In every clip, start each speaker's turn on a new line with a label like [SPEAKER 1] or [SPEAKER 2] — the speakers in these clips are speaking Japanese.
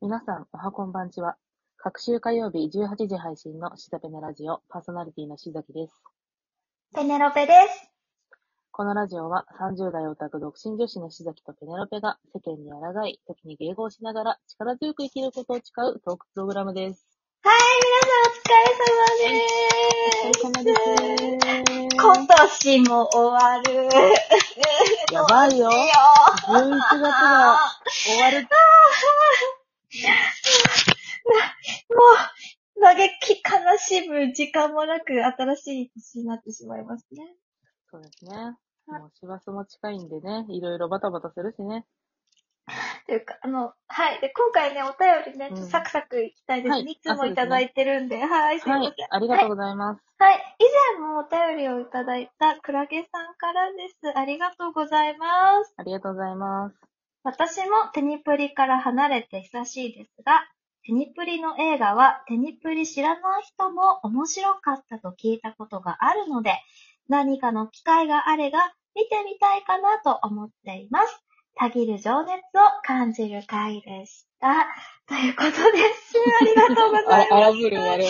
[SPEAKER 1] 皆さん、おはこんばんちは。隔週火曜日18時配信のしざぺなラジオ、パーソナリティのしざきです。
[SPEAKER 2] ペネロペです。
[SPEAKER 1] このラジオは30代オタク独身女子のしざきとペネロペが世間に抗い、時に迎合しながら力強く生きることを誓うトークプログラムです。
[SPEAKER 2] はい、皆さんお疲れ様で ーす。
[SPEAKER 1] です
[SPEAKER 2] 今年も終わる。
[SPEAKER 1] やばいよ。
[SPEAKER 2] いいよ
[SPEAKER 1] 11月が終わる。
[SPEAKER 2] もう、嘆き悲しむ時間もなく新しい年になってしまいますね。
[SPEAKER 1] そうですね。もう師走も近いんでね、いろいろバタバタするしね。
[SPEAKER 2] というか、あの、はい。で、今回ね、お便りね、
[SPEAKER 1] うん
[SPEAKER 2] ちょっとサクサクいきたいです。
[SPEAKER 1] はい
[SPEAKER 2] い、つもいただいてるんで、はい、すいま
[SPEAKER 1] は
[SPEAKER 2] せん
[SPEAKER 1] い。。ありがとうございます。
[SPEAKER 2] はい。以前もお便りをいただいたクラゲさんからです。ありがとうございます。
[SPEAKER 1] ありがとうございます。
[SPEAKER 2] 私もテニプリから離れて久しいですが、テニプリの映画はテニプリ知らない人も面白かったと聞いたことがあるので、何かの機会があれば見てみたいかなと思っています。たぎる情熱を感じる回でした。ということです。ありがとうござい
[SPEAKER 1] あ
[SPEAKER 2] ます。
[SPEAKER 1] らずる我々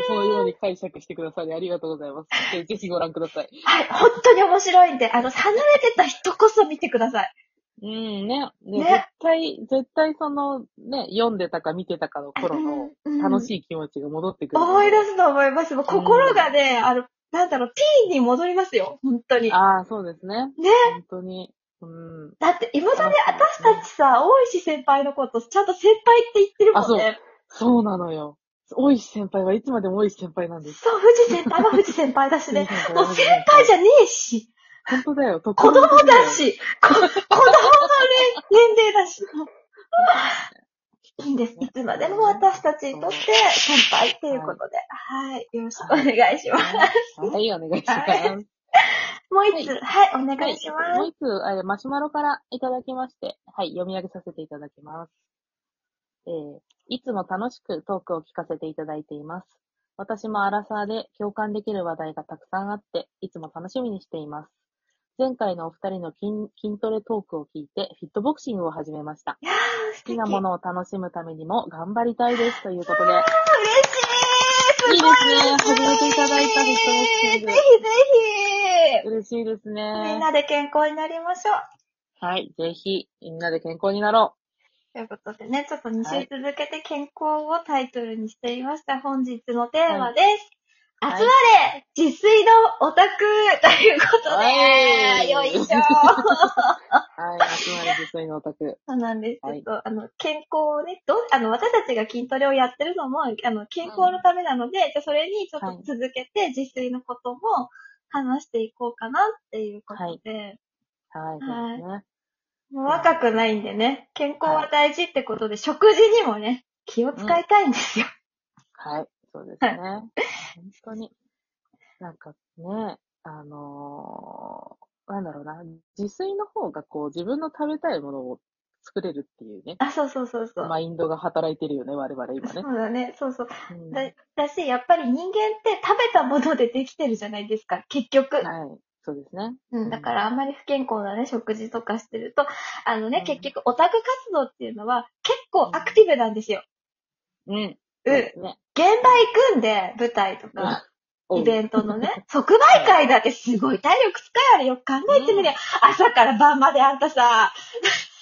[SPEAKER 1] を、そのように解釈してくださりありがとうございます。ぜぜひご覧ください。
[SPEAKER 2] はい、本当に面白いんで、あの、離れてた人こそ見てください。
[SPEAKER 1] うんね。で
[SPEAKER 2] ね
[SPEAKER 1] 絶対、絶対その、ね、読んでたか見てたかの頃の楽
[SPEAKER 2] い。
[SPEAKER 1] しい気持ちが戻ってくる。
[SPEAKER 2] 思い出すと思います。もう心がね、あの、なんだろう、ピーに戻りますよ。本当に。
[SPEAKER 1] ああ、そうですね。
[SPEAKER 2] ね
[SPEAKER 1] 本当に。うん。
[SPEAKER 2] だって、今だね、私
[SPEAKER 1] 私
[SPEAKER 2] たちさ、大石先輩のこと、ちゃんと先輩って言ってるもんね。
[SPEAKER 1] そうなのよ。大石先輩はいつまでも大石先輩なんです。
[SPEAKER 2] そう、藤先輩は藤先輩だし ね。もう先輩じゃねえし、
[SPEAKER 1] 本当だよ。子
[SPEAKER 2] 子供だ。し、こ子供の年年齢だし。いいんです。いつまでも私たちにとって先輩っていうことで。はい。よろしくお願いします。
[SPEAKER 1] はい、お願いします。
[SPEAKER 2] もう一つ、はい、お
[SPEAKER 1] は
[SPEAKER 2] 願いしま
[SPEAKER 1] もう一
[SPEAKER 2] す。
[SPEAKER 1] つ、えーマシュマロからいただきまして、はい、読み上げさせていただきます。えーいつも楽しくトークを聞かせていただいています。私もアラサーで共感できる話題がたくさんあって、いつも楽しみにしています。前回のお二人の筋筋トレトークを聞いて、フィットボクシングを始めました。
[SPEAKER 2] いやー、素
[SPEAKER 1] 好き
[SPEAKER 2] 敵。
[SPEAKER 1] なものを楽しむためにも頑張りたいです。ということで、い
[SPEAKER 2] 嬉しい
[SPEAKER 1] いで
[SPEAKER 2] すごい
[SPEAKER 1] すね。初めていただいたフィットボクシング
[SPEAKER 2] ぜ。ひぜひ
[SPEAKER 1] 嬉しいです
[SPEAKER 2] みん
[SPEAKER 1] ね。
[SPEAKER 2] なで健康になりましょう。
[SPEAKER 1] はい、ぜひ、みんなで健康になろう。
[SPEAKER 2] ということでね、ちょっと2週続けて健康をタイトルにしていました。本日のテーマです。
[SPEAKER 1] はい
[SPEAKER 2] 集まれ自炊のオタクということ
[SPEAKER 1] は
[SPEAKER 2] で、
[SPEAKER 1] い
[SPEAKER 2] よいし
[SPEAKER 1] は
[SPEAKER 2] ょ
[SPEAKER 1] い、集まり自炊のオタク。
[SPEAKER 2] そうなんです。
[SPEAKER 1] はい
[SPEAKER 2] ちょっと、あの、健康をね、どう、あの、私たちが筋トレをやってるのも、あの、健康のためなので、じゃあそれにちょっと続けて、自炊のことも話していこうかなっていうことで、
[SPEAKER 1] はい、そうですね。
[SPEAKER 2] もう若くないんでね、健康は大事ってことで、食事にもね、気を使いたいんですよ。
[SPEAKER 1] はい、そうですね。本当に。なんかね、あのー、なんだろうな、自炊の方がこう自分の食べたいものを作れるっていうね、
[SPEAKER 2] あ、そうそうそうそう。
[SPEAKER 1] マインドが働いてるよね、我々今ね。
[SPEAKER 2] そうだね、そうそう。
[SPEAKER 1] うん
[SPEAKER 2] だだし、やっぱり人間って食べたものでできてるじゃないですか、結局。
[SPEAKER 1] はい、そうですね。
[SPEAKER 2] うん、だからあんまり不健康なね、食事とかしてると、あの
[SPEAKER 1] う
[SPEAKER 2] ね
[SPEAKER 1] ん、
[SPEAKER 2] 結局オタク活動っていうのは結構アクティブなんですよ。
[SPEAKER 1] うん。
[SPEAKER 2] うん。
[SPEAKER 1] そう
[SPEAKER 2] 現
[SPEAKER 1] ですね。
[SPEAKER 2] 場行くんで、舞台とか、イベ
[SPEAKER 1] ン
[SPEAKER 2] ントの ね、即売会だってすごい体力使うよ、あれよく考えてみりゃ、朝から晩まであんたさ、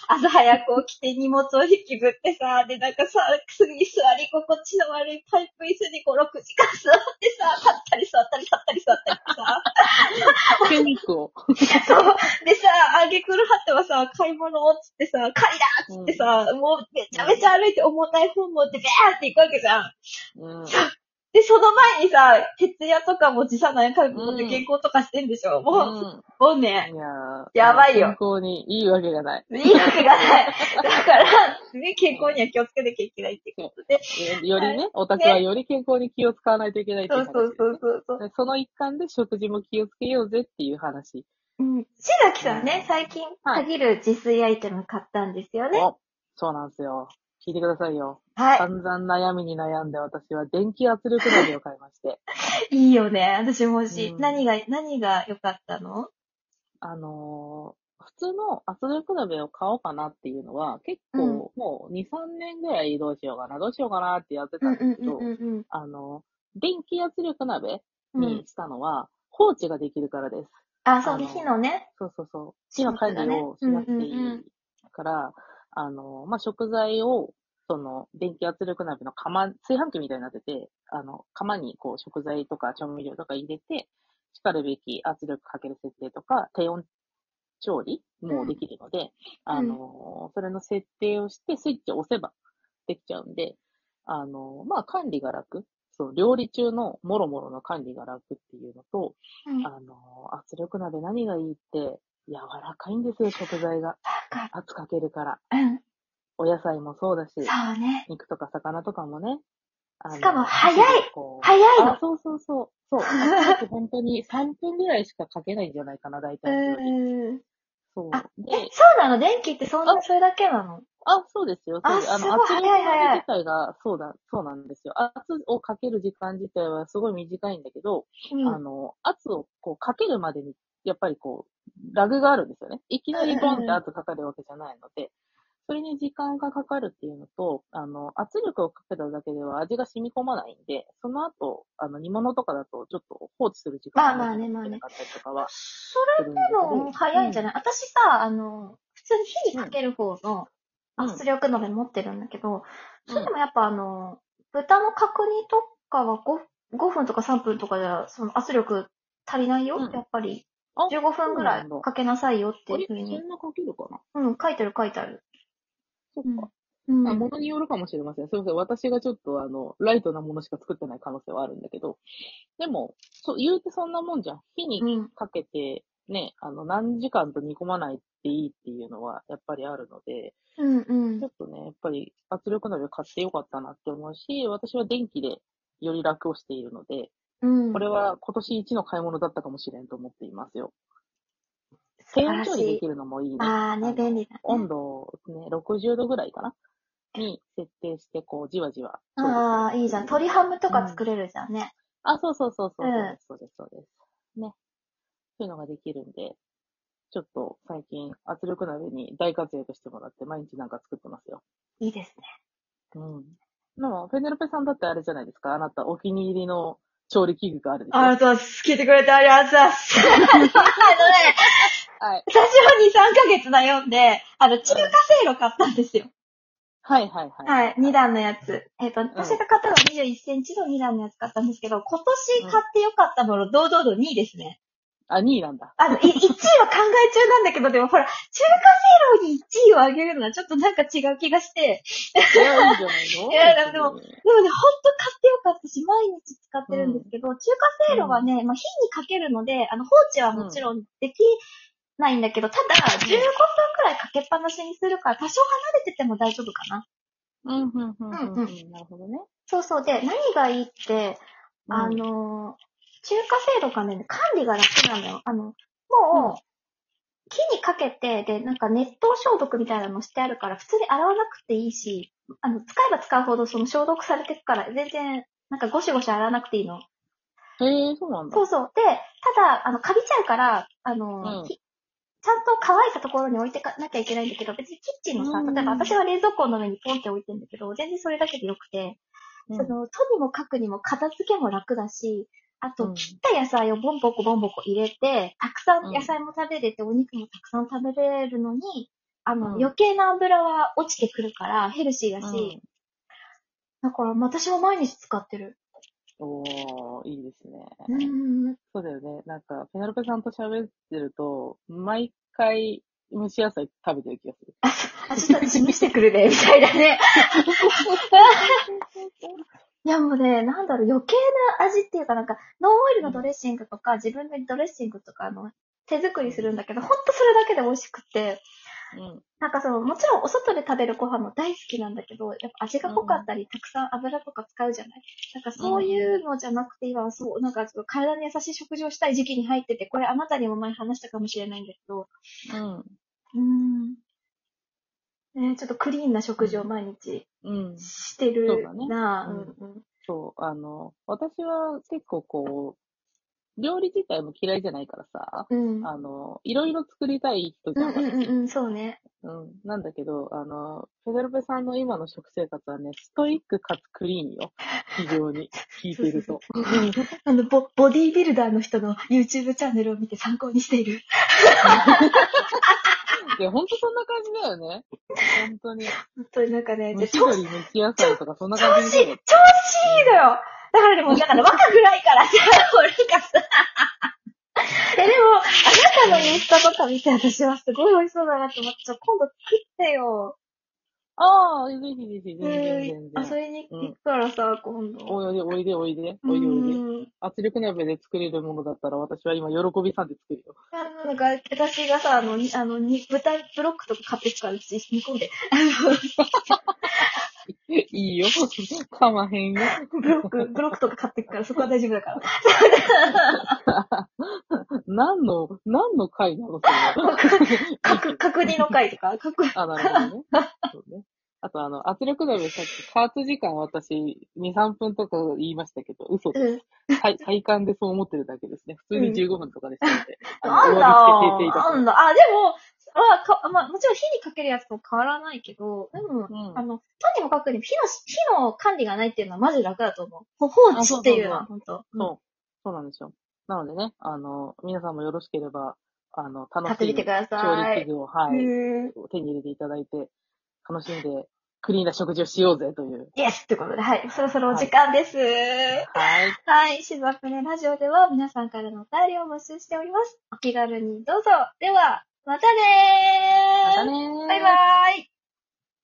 [SPEAKER 2] 朝早く起きて荷物を引きずってさ、で、なんかさ、すぐに座り心地の悪いパイプ椅子に5、6時間座ってさ、立ったり座ったり立ったり座ったりさ、
[SPEAKER 1] ト。筋肉を。
[SPEAKER 2] そう。でさ、あげくるはってはさ、買い物をっつってさ、買いだっつってさ、もうめちゃめちゃ歩いて重たい本持ってビャーって行くわけじゃん。
[SPEAKER 1] うん。うん
[SPEAKER 2] で、その前にさ、徹夜とかも辞さない覚悟で健康とかしてんでしょ、もう、もうね、
[SPEAKER 1] いやー
[SPEAKER 2] やばいよ
[SPEAKER 1] 健康にいいわけがない。
[SPEAKER 2] いいわけがない。だから、ね、健康には気をつけなきゃいけないってことで。
[SPEAKER 1] よよりね、オタクはより健康に気を使わないといけないってい
[SPEAKER 2] そううそうそうそうそう。
[SPEAKER 1] でその一環で食事も気をつけようぜっていう話。
[SPEAKER 2] うん。しがきさんね、最近、
[SPEAKER 1] はい
[SPEAKER 2] 限る自炊アイテム買ったんですよね。
[SPEAKER 1] おそうなんですよ。聞いてくださいよ。
[SPEAKER 2] は
[SPEAKER 1] 散々悩みに悩んで私は電気圧力鍋を買いま して。
[SPEAKER 2] い。いいよね。私もし、
[SPEAKER 1] うん
[SPEAKER 2] 何が、何が良かったの
[SPEAKER 1] あのー、普通の圧力鍋を買おうかなっていうのは、結構もう2、3年ぐらいどうしようかな、どうしようかなってやってたんですけど、
[SPEAKER 2] ん
[SPEAKER 1] あの、電気圧力鍋
[SPEAKER 2] うんう
[SPEAKER 1] に
[SPEAKER 2] ん。
[SPEAKER 1] したのは、放置ができるからです。
[SPEAKER 2] あ、そう
[SPEAKER 1] あ
[SPEAKER 2] ね、
[SPEAKER 1] の
[SPEAKER 2] 火のね。
[SPEAKER 1] そうそうそう。
[SPEAKER 2] そ
[SPEAKER 1] 火
[SPEAKER 2] う
[SPEAKER 1] の
[SPEAKER 2] だね
[SPEAKER 1] 管理をしなくてい
[SPEAKER 2] うんうんうん
[SPEAKER 1] いから、あの、まあ、食材を、その、電気圧力鍋の釜、炊飯器みたいになってて、あの、釜にこう食材とか調味料とか入れて、しかるべき圧力かける設定とか、低温調理もできるので、あの、それの設定をしてスイッチを押せばできちゃうんで、あの、まあ、管理が楽。そう、料理中のもろもろの管理が楽っていうのと、
[SPEAKER 2] うん。
[SPEAKER 1] あの、圧力鍋何がいいって、柔らかいんですよ、食材が。
[SPEAKER 2] か
[SPEAKER 1] 圧かけるから。
[SPEAKER 2] うん。
[SPEAKER 1] お野菜もそうだし、
[SPEAKER 2] そうね。
[SPEAKER 1] 肉とか魚とかもね。あの
[SPEAKER 2] しかも早い
[SPEAKER 1] こう
[SPEAKER 2] 早いの
[SPEAKER 1] あ、そうそうそう。そう。圧力本当 に3分ぐらいしかかけないんじゃないかな、大体の料理。
[SPEAKER 2] うん。
[SPEAKER 1] そう
[SPEAKER 2] あ。え
[SPEAKER 1] で、、
[SPEAKER 2] そうなの電気ってそんな、それだけなの
[SPEAKER 1] あ、そうですよ。そうです
[SPEAKER 2] あ
[SPEAKER 1] あ
[SPEAKER 2] すごい
[SPEAKER 1] の、圧力
[SPEAKER 2] 早い早い
[SPEAKER 1] 鍋自体が、そうだ、そうなんですよ。圧をかける時間自体はすごい短いんだけど、
[SPEAKER 2] うん。
[SPEAKER 1] あの、圧をこうかけるまでに、やっぱりこう、ラグがあるんですよね。いきなりボンって圧かかるわけじゃないので、それに時間がかかるっていうのと、あの、圧力をかけただけでは味が染み込まないんで、その後、あの、煮物とかだとちょっと放置する時間
[SPEAKER 2] まあまあ
[SPEAKER 1] が
[SPEAKER 2] ね
[SPEAKER 1] な
[SPEAKER 2] まあね
[SPEAKER 1] かったりとかは
[SPEAKER 2] そ
[SPEAKER 1] するんだけ
[SPEAKER 2] れ
[SPEAKER 1] ど。
[SPEAKER 2] の早いんじゃ
[SPEAKER 1] ない、
[SPEAKER 2] ない、私さ、あの、普通に火にかける方の
[SPEAKER 1] うん
[SPEAKER 2] 圧力鍋持ってるんだけど、
[SPEAKER 1] うん
[SPEAKER 2] それでもやっぱあの、豚の角煮とかは 5, 5分とか3分とかじゃ、その圧力足りないよ、
[SPEAKER 1] うん
[SPEAKER 2] やっぱり。
[SPEAKER 1] あ
[SPEAKER 2] 15分ぐ
[SPEAKER 1] そうな
[SPEAKER 2] ら
[SPEAKER 1] いんだ
[SPEAKER 2] かけなさいよって
[SPEAKER 1] あ
[SPEAKER 2] いう
[SPEAKER 1] れ
[SPEAKER 2] ふう
[SPEAKER 1] そ
[SPEAKER 2] に。
[SPEAKER 1] んなかけるかな
[SPEAKER 2] うん、書いてる書いてある。
[SPEAKER 1] そっか。
[SPEAKER 2] うん。
[SPEAKER 1] まあ、
[SPEAKER 2] うん
[SPEAKER 1] ものによるかもしれません。すみません。私がちょっと、あの、ライトなものしか作ってない可能性はあるんだけど。でも、そう、言うてそんなもんじゃん。火に
[SPEAKER 2] うん。
[SPEAKER 1] かけて、ね、あの、何時間と煮込まないっていいっていうのは、やっぱりあるので、
[SPEAKER 2] うん。うん
[SPEAKER 1] ちょ。っとね、やっぱり圧力鍋を買ってよかったなって思うし、私は電気でより楽をしているので、
[SPEAKER 2] うん。
[SPEAKER 1] これは今年一の買い物だったかもしれんと思っていますよ。
[SPEAKER 2] 素
[SPEAKER 1] 低
[SPEAKER 2] 晴
[SPEAKER 1] 温
[SPEAKER 2] らし
[SPEAKER 1] 調理で
[SPEAKER 2] い
[SPEAKER 1] き。るのもいいね。
[SPEAKER 2] あー
[SPEAKER 1] あ
[SPEAKER 2] ね、
[SPEAKER 1] の
[SPEAKER 2] 便利だ、ね。
[SPEAKER 1] 温度をね、60度ぐらいかなに設定して、こう、じわじわ。
[SPEAKER 2] ああ、いいじゃん。
[SPEAKER 1] 鳥
[SPEAKER 2] 鶏ハムとか作れるじゃんね。
[SPEAKER 1] あ、そうそうそうそう、
[SPEAKER 2] うん
[SPEAKER 1] そうです、そうです、そうです。ね。そういうのができるんで、ちょっと最近圧力鍋に大活躍してもらって、毎日なんか作ってますよ。
[SPEAKER 2] いいですね。
[SPEAKER 1] うん。でも、フェネルペさんだってあれじゃないですか。あなたお気に入りの調理器具があるでしょ。
[SPEAKER 2] あ、そう、聞いてくれてありがとうござい ます。あのね、
[SPEAKER 1] はい。
[SPEAKER 2] 最初は2、3ヶ月悩んで、あの、中華せいろ買ったんですよ。
[SPEAKER 1] はいはいはい。
[SPEAKER 2] はい、2段のやつ。えっ、と、私が買ったのは21センチの2段のやつ買ったんですけど、今年買ってよかったもの、堂々と2位ですね。
[SPEAKER 1] あ、2位なんだ。
[SPEAKER 2] あの、い1位は考え中なんだけど、でもほら、中華せいろに1位をあげるのはちょっとなんか違う気がして、
[SPEAKER 1] いや、いいじゃないの
[SPEAKER 2] いやでも
[SPEAKER 1] 別に
[SPEAKER 2] でもね、ほんと買ってよかったし、毎日使ってるんですけど、中華せいろはね、まあ、火にかけるので、あの、放置はもちろんできないんだけど、ただ、15分くらいかけっぱなしにするから、多少離れてても大丈夫かな。
[SPEAKER 1] うん、うん、うん、うん
[SPEAKER 2] うんう
[SPEAKER 1] うん。なるほどね。
[SPEAKER 2] そうそう。で、何がいいって、
[SPEAKER 1] うん
[SPEAKER 2] あのー、中華せいろがね、管理が楽なのよ。あの、
[SPEAKER 1] う
[SPEAKER 2] も
[SPEAKER 1] ん
[SPEAKER 2] う、火にかけて、で、なんか熱湯消毒みたいなのしてあるから、普通に洗わなくていいし、あの、使えば使うほどその消毒されてくから、全然、なんかゴシゴシ洗わなくていいの。
[SPEAKER 1] へえ、そうなんだ
[SPEAKER 2] そ。うそう。で、ただ、あの、カビちゃうから、あの、
[SPEAKER 1] うん
[SPEAKER 2] きちゃんと乾いたところに置いてかなきゃいけないんだけど、別にキッチンのさ、
[SPEAKER 1] うん
[SPEAKER 2] 例えば私は冷蔵庫の上にポンって置いてんだけど、全然それだけでよくて、
[SPEAKER 1] うん
[SPEAKER 2] その、とにもかくにも片付けも楽だし、あ
[SPEAKER 1] う
[SPEAKER 2] と、
[SPEAKER 1] ん
[SPEAKER 2] 切った野菜をボンボコボンボコ入れて、たくさ
[SPEAKER 1] うんん
[SPEAKER 2] 野菜も食べれて、お肉もたくさん食べれるのに、あの、
[SPEAKER 1] うん
[SPEAKER 2] 余計な油は落ちてくるから、ヘルシー
[SPEAKER 1] う
[SPEAKER 2] だし、
[SPEAKER 1] ん
[SPEAKER 2] だから私は毎日使ってる。
[SPEAKER 1] おー、いいですね。
[SPEAKER 2] うん。
[SPEAKER 1] そうだよね。なんか、ペナルペさんと喋ってると、毎回蒸し野菜食べてる気がする。
[SPEAKER 2] あ、ちょっと示してくるね、みたい なね。いやもうね、なんだろう、余計な味っていうかなんか、ノンオイルのドレッシングとか、自分でドレッシングとか、あの、手作りするんだけど、ほんとそれだけで美味しくて、
[SPEAKER 1] うん。
[SPEAKER 2] なんかその、もちろんお外で食べるご飯も大好きなんだけど、やっぱ味が濃かったり、たくさん油とか使うじゃないなんかそういうのじゃなくて、今、そう、なんかちょっと体に優しい食事をしたい時期に入ってて、これあなたにも前話したかもしれないんだけど、
[SPEAKER 1] うん。
[SPEAKER 2] うーん。ね、ちょっとクリーンな食事を毎日
[SPEAKER 1] うん。
[SPEAKER 2] して
[SPEAKER 1] そう
[SPEAKER 2] る
[SPEAKER 1] だね
[SPEAKER 2] なぁ、
[SPEAKER 1] うん
[SPEAKER 2] うんうん。
[SPEAKER 1] そう、あの、私は結構こう、料理自体も嫌いじゃないからさ、
[SPEAKER 2] うん。
[SPEAKER 1] あの、いろいろ作りたい人じ
[SPEAKER 2] う
[SPEAKER 1] ゃ
[SPEAKER 2] ん
[SPEAKER 1] ん、
[SPEAKER 2] うんうんうん、そうね。
[SPEAKER 1] うん、なんだけど、あの、ペダルペさんの今の食生活はね、ストイックかつクリーンよ。非常に。聞いてる と。
[SPEAKER 2] あの、ボ、ボディービルダーの人の YouTube チャンネルを見て参考にしている。
[SPEAKER 1] いや、ほんとそんな感じだよね。本当に。
[SPEAKER 2] 本当になんかね、
[SPEAKER 1] 蒸
[SPEAKER 2] で
[SPEAKER 1] し
[SPEAKER 2] 調子、
[SPEAKER 1] 鶏、蒸し野菜とか、そんな
[SPEAKER 2] 調
[SPEAKER 1] 感じ
[SPEAKER 2] 子、調子いい
[SPEAKER 1] で。
[SPEAKER 2] のよだからでも、だから若くないからさ、 俺がさ、え、でも、あなたのインスタとか見て私はすごい美味しそうだなって思って、ちょ今度作ってよ。
[SPEAKER 1] ああ、ぜひぜひ、全然
[SPEAKER 2] え
[SPEAKER 1] 全
[SPEAKER 2] ー、遊
[SPEAKER 1] 然。
[SPEAKER 2] びに行くからさ、今度。
[SPEAKER 1] おいで、おいで、おいで、
[SPEAKER 2] う
[SPEAKER 1] おいで、おいで。
[SPEAKER 2] ん。
[SPEAKER 1] 圧力鍋で作れるものだったら、私は今、喜びさんで作るよ。
[SPEAKER 2] あの、なんか、私がさ、あの、にあの、に豚ブロックとか買ってきたから、うち煮込んで、あの、
[SPEAKER 1] いい よ。かまへんよ。
[SPEAKER 2] ブロック、ブロックとか買ってくから、そこは大丈夫だから。
[SPEAKER 1] 何の、何の回なのそれは
[SPEAKER 2] 角、角煮の会とか、角、
[SPEAKER 1] あ、なるほどね。そうね。あと、あの、圧力鍋さっき、加圧時間私、2、3分とか言いましたけど、嘘で
[SPEAKER 2] うん。
[SPEAKER 1] す。はい、体感でそう思ってるだけですね。普通に15分とかでしたので。あ
[SPEAKER 2] な
[SPEAKER 1] の終
[SPEAKER 2] んだ
[SPEAKER 1] わりつけていただ
[SPEAKER 2] なんだあ、でも、まあ、かまあ、もちろん火にかけるやつと変わらないけど、でも、
[SPEAKER 1] うん
[SPEAKER 2] あの、とにもかくにも火の、火の管理がないっていうのはマジ楽だと思う。ほ放
[SPEAKER 1] あ
[SPEAKER 2] 置
[SPEAKER 1] そうそうそう
[SPEAKER 2] っていうのは、ほんと。
[SPEAKER 1] そう。そうなんですよ。なのでね、あの、皆さんもよろしければ、あの、
[SPEAKER 2] 買っ
[SPEAKER 1] 楽して
[SPEAKER 2] み
[SPEAKER 1] い
[SPEAKER 2] てく
[SPEAKER 1] 調
[SPEAKER 2] ださ
[SPEAKER 1] 理器
[SPEAKER 2] い。
[SPEAKER 1] 具を、はい、
[SPEAKER 2] うん。
[SPEAKER 1] 手に入れていただいて、楽しんで、クリーンな食事をしようぜという。
[SPEAKER 2] イエスってことで、はい。そろそろお時間です。
[SPEAKER 1] はい。
[SPEAKER 2] はい。シズアップレラジオでは皆さんからのお便りを募集しております。お気軽にどうぞ。では、またねー。
[SPEAKER 1] またねー
[SPEAKER 2] バイバーイ。